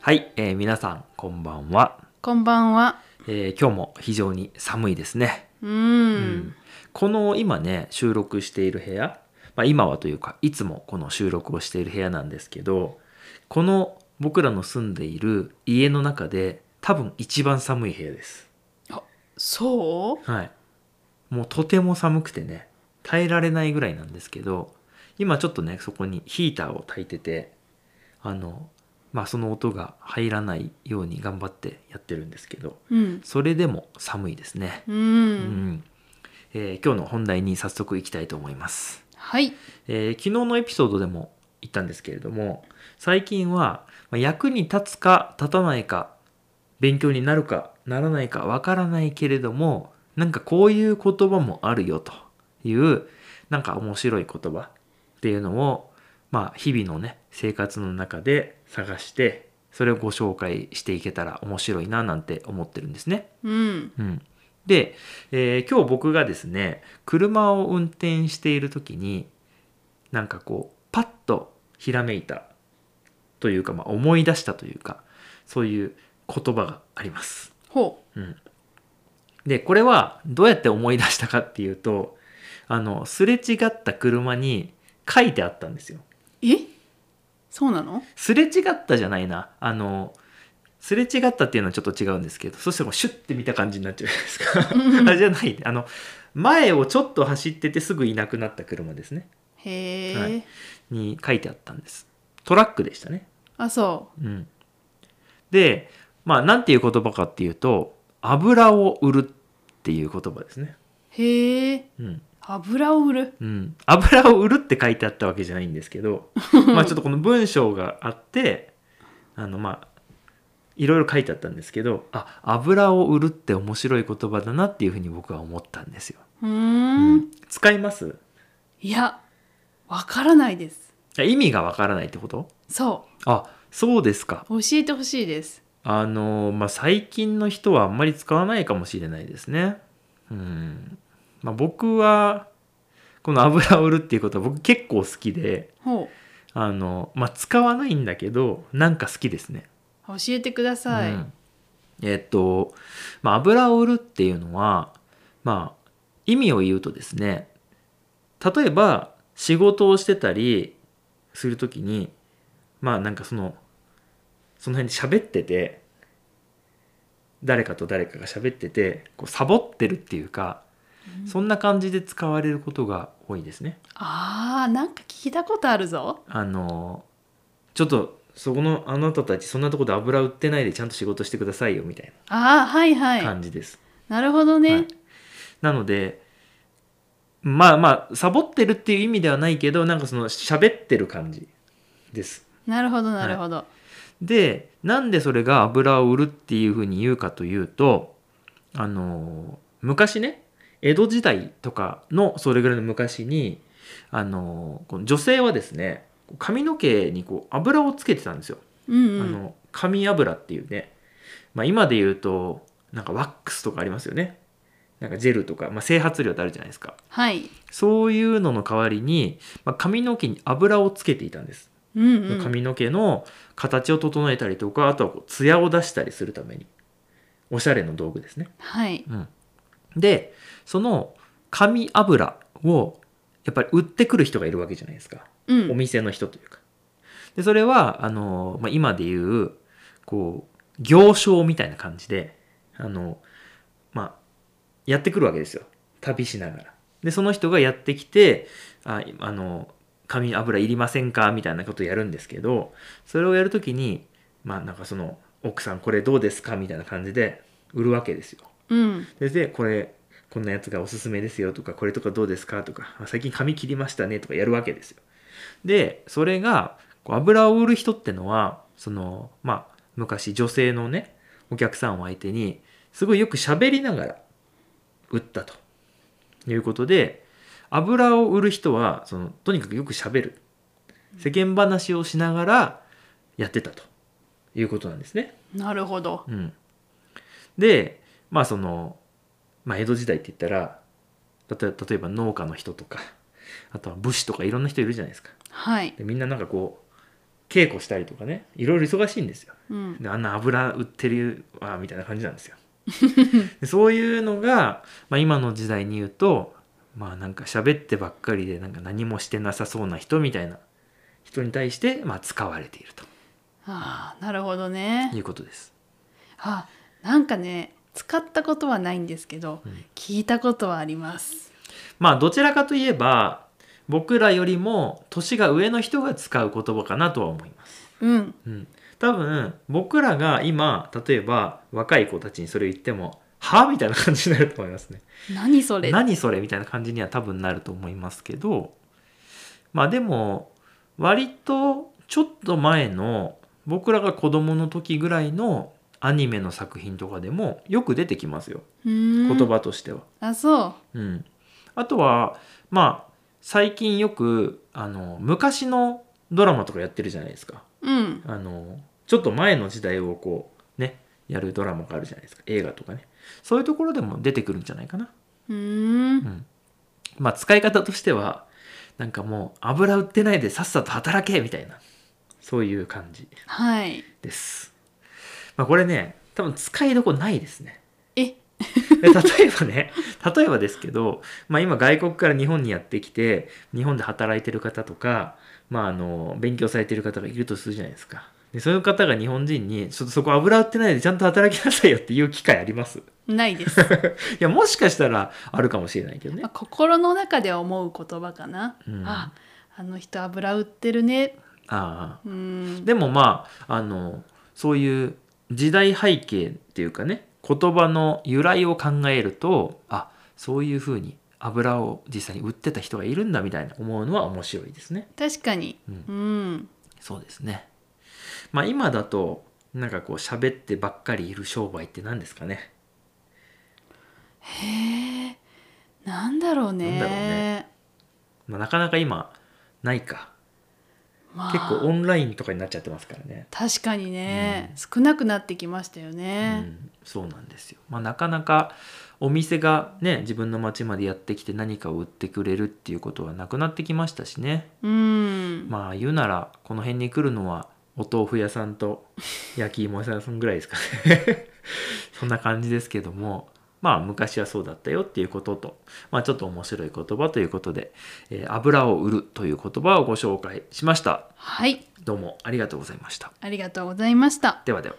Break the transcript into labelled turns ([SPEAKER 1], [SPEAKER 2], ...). [SPEAKER 1] はい、えー皆さんこんばんは、
[SPEAKER 2] こんばんは。
[SPEAKER 1] えー今日も非常に寒いですね、
[SPEAKER 2] う。
[SPEAKER 1] うんこの今ね収録している部屋、まあ、今はというかいつもこの収録をしている部屋なんですけどこの僕らの住んでいる家の中で多分一番寒い部屋です
[SPEAKER 2] そう
[SPEAKER 1] はいもうとても寒くてね耐えられないぐらいなんですけど今ちょっとねそこにヒーターを焚いててあのまあその音が入らないように頑張ってやってるんですけど
[SPEAKER 2] うん。
[SPEAKER 1] それでも寒いですね、
[SPEAKER 2] う。
[SPEAKER 1] うんんえー今日の本題に早速いきたいと思います
[SPEAKER 2] はい。
[SPEAKER 1] えー昨日のエピソードでも言ったんですけれども最近はまあ役に立つか立たないか勉強になるかならないかわからないけれどもなんかこういう言葉もあるよというなんか面白い言葉っていうのをまあ日々のね生活の中で探してそれをご紹介していけたら面白いななんて思ってるんですね。
[SPEAKER 2] うん。
[SPEAKER 1] うん、で、えー今日僕がですね車を運転している時になんかこうパッとひらめいたというか、まあ、思い出したというかそういう言葉があります。
[SPEAKER 2] ほ
[SPEAKER 1] うん、でこれはどうやって思い出したかっていうとあのすれ違った車に書いてあったんですよ。
[SPEAKER 2] う。えそうなの
[SPEAKER 1] すれ違ったじゃないなあのすれ違ったっていうのはちょっと違うんですけどそしてもうシュッて見た感じになっちゃうじゃないですか。
[SPEAKER 2] うん
[SPEAKER 1] あじゃないあの前をちょっと走っててすぐいなくなった車ですね
[SPEAKER 2] へ
[SPEAKER 1] は
[SPEAKER 2] え
[SPEAKER 1] い。に書いてあったんですトラックでしたね
[SPEAKER 2] あ、そ
[SPEAKER 1] うんでまあなんていう言葉かっていうと油を売るっていう言葉ですね
[SPEAKER 2] う。へえ。
[SPEAKER 1] うん、
[SPEAKER 2] 油を売る。
[SPEAKER 1] うん、油を売るって書いてあったわけじゃないんですけ どまあちょっとこの文章があってあのまあいろいろ書いてあったんですけどあ油を売るって面白い言葉だなっていうふうに僕は思ったんですよ、
[SPEAKER 2] うーん。
[SPEAKER 1] 使います
[SPEAKER 2] いや、わからないです。
[SPEAKER 1] え意味がわからないってこと
[SPEAKER 2] そ
[SPEAKER 1] あそうですか
[SPEAKER 2] う。教えてほしいです。
[SPEAKER 1] あのまあ最近の人はあんまり使わないかもしれないですねうん、まあ、僕はこの油を売るっていうことは僕結構好きで
[SPEAKER 2] ほ
[SPEAKER 1] あのまあ使わないんだけどなんか好きですね
[SPEAKER 2] う。教えてください。
[SPEAKER 1] うんえっと、まあ、油を売るっていうのはまあ意味を言うとですね例えば仕事をしてたりする時にまあなんかそのその辺で喋ってて誰かと誰かが喋っててこうサボってるっていうかそんな感じで使われることが多いですね。
[SPEAKER 2] あー、なんか聞いたことあるぞ。
[SPEAKER 1] あのちょっとそこのあなたたちそんなとこで油売ってないでちゃんと仕事してくださいよみたい
[SPEAKER 2] あー、はい
[SPEAKER 1] な
[SPEAKER 2] はい。
[SPEAKER 1] 感じです。
[SPEAKER 2] なるほど
[SPEAKER 1] はい
[SPEAKER 2] ね。
[SPEAKER 1] なのでまあまあサボってるっていう意味ではないけどなんかその喋ってる感じです。
[SPEAKER 2] なるほどなるほど。
[SPEAKER 1] でなんでそれが油を売るっていうふうに言うかというとあの昔ね江戸時代とかのそれぐらいの昔にあのこの女性はですね髪の毛にこう油をつけてたんですよ。
[SPEAKER 2] うんう
[SPEAKER 1] あ
[SPEAKER 2] ん。
[SPEAKER 1] の紙油っていうね、まあ、今で言うとなんかワックスとかありますよねなんかジェルとか、まあ、整髪料ってあるじゃないですか
[SPEAKER 2] はい。
[SPEAKER 1] そういうのの代わりに、まあ、髪の毛に油をつけていたんです、
[SPEAKER 2] うんうん。
[SPEAKER 1] 髪の毛の形を整えたりとかあとはこうツヤを出したりするためにおしゃれの道具ですね、
[SPEAKER 2] はい。
[SPEAKER 1] うん、でその紙油をやっぱり売ってくる人がいるわけじゃないですか
[SPEAKER 2] うん。
[SPEAKER 1] お店の人というか。で、それは、あの、まあ、今で言う、こう、行商みたいな感じで、あの、まあ、やってくるわけですよ。旅しながら。で、その人がやってきて、ああの、紙油いりませんかみたいなことをやるんですけど、それをやるときに、まあ、なんかその、奥さんこれどうですかみたいな感じで売るわけですよ。
[SPEAKER 2] うん。
[SPEAKER 1] ででこれこんなやつがおすすめですよとかこれとかどうですかとかあ最近髪切りましたねとかやるわけですよでそれがこう油を売る人ってのはそのまあ昔女性のねお客さんを相手にすごいよく喋りながら売ったということで油を売る人はそのとにかくよく喋る世間話をしながらやってたということなんですね
[SPEAKER 2] なるほど。
[SPEAKER 1] うん、でまあその、まあ、江戸時代って言ったらたと例えば農家の人とかあとは武士とかいろんな人いるじゃないですか
[SPEAKER 2] はい。
[SPEAKER 1] でみんななんかこう稽古したりとかねいろいろ忙しいんですよ
[SPEAKER 2] うん
[SPEAKER 1] であんな油売ってるわみたいな感じなんですよでそういうのが、まあ、今の時代に言うとまあなんか喋ってばっかりでなんか何もしてなさそうな人みたいな人に対して、まあ、使われていると
[SPEAKER 2] ああなるほどね
[SPEAKER 1] いうことです。
[SPEAKER 2] あなんかね使ったことはないんですけど、
[SPEAKER 1] うん
[SPEAKER 2] 聞いたことはあります
[SPEAKER 1] まあどちらかといえば僕らよりも年が上の人が使う言葉かなとは思います。
[SPEAKER 2] うん
[SPEAKER 1] うん、多分僕らが今例えば若い子たちにそれを言っても「は?」みたいな感じになると思いますね。
[SPEAKER 2] 何それ
[SPEAKER 1] 何それみたいな感じには多分なると思いますけどまあでも割とちょっと前の僕らが子供の時ぐらいのアニメの作品とかでもよく出てきますよ
[SPEAKER 2] 言
[SPEAKER 1] 言葉としては。
[SPEAKER 2] あそう
[SPEAKER 1] うん、あとはまあ最近よくあの昔のドラマとかやってるじゃないですか。
[SPEAKER 2] うん
[SPEAKER 1] あのちょっと前の時代をこうねやるドラマがあるじゃないですか映画とかねそういうところでも出てくるんじゃないかな。
[SPEAKER 2] うー
[SPEAKER 1] うんん、まあ使い方としてはなんかもう油売ってないでさっさと働けみたいなそういう感じ
[SPEAKER 2] はい
[SPEAKER 1] です。まあこれね多分使いどこない ですね。
[SPEAKER 2] え
[SPEAKER 1] で例えばね例えばですけど、まあ、今外国から日本にやってきて日本で働いてる方とか、まあ、あの勉強されてる方がいるとするじゃないですかでそういう方が日本人に「ちょっとそこ油売ってないでちゃんと働きなさいよ」っていう機会あります い
[SPEAKER 2] ないです
[SPEAKER 1] やもしかしたらあるかもしれないけどね
[SPEAKER 2] あ心の中で思う言葉かな、
[SPEAKER 1] うん
[SPEAKER 2] ああの人油売ってるね
[SPEAKER 1] ああ
[SPEAKER 2] うん
[SPEAKER 1] でもまああのそういう時代背景っていうかね言葉の由来を考えるとあそういうふうに油を実際に売ってた人がいるんだみたいな思うのは面白いですね。
[SPEAKER 2] 確かに
[SPEAKER 1] うん
[SPEAKER 2] うん
[SPEAKER 1] そうですね。まあ今だとなんかこう喋ってばっかりいる商売って何ですかね。
[SPEAKER 2] へえなんだろうね
[SPEAKER 1] なんだろうねまあ、なかなか今ないか。
[SPEAKER 2] まあ、
[SPEAKER 1] 結構オンラインとかになっちゃってますからね。
[SPEAKER 2] 確かにね、
[SPEAKER 1] うん
[SPEAKER 2] 少なくなってきましたよ
[SPEAKER 1] う
[SPEAKER 2] ね、
[SPEAKER 1] ん、そうなんですよ。まあなかなかお店がね自分の町までやってきて何かを売ってくれるっていうことはなくなってきましたしね。
[SPEAKER 2] うん
[SPEAKER 1] まあ言うならこの辺に来るのはお豆腐屋さんと焼き芋屋さんぐらいですかね そんな感じですけどもまあ昔はそうだったよっていうこととまあちょっと面白い言葉ということで、えー油を売るという言葉をご紹介しました
[SPEAKER 2] はい
[SPEAKER 1] どうもありがとうございました
[SPEAKER 2] ありがとうございました
[SPEAKER 1] ではでは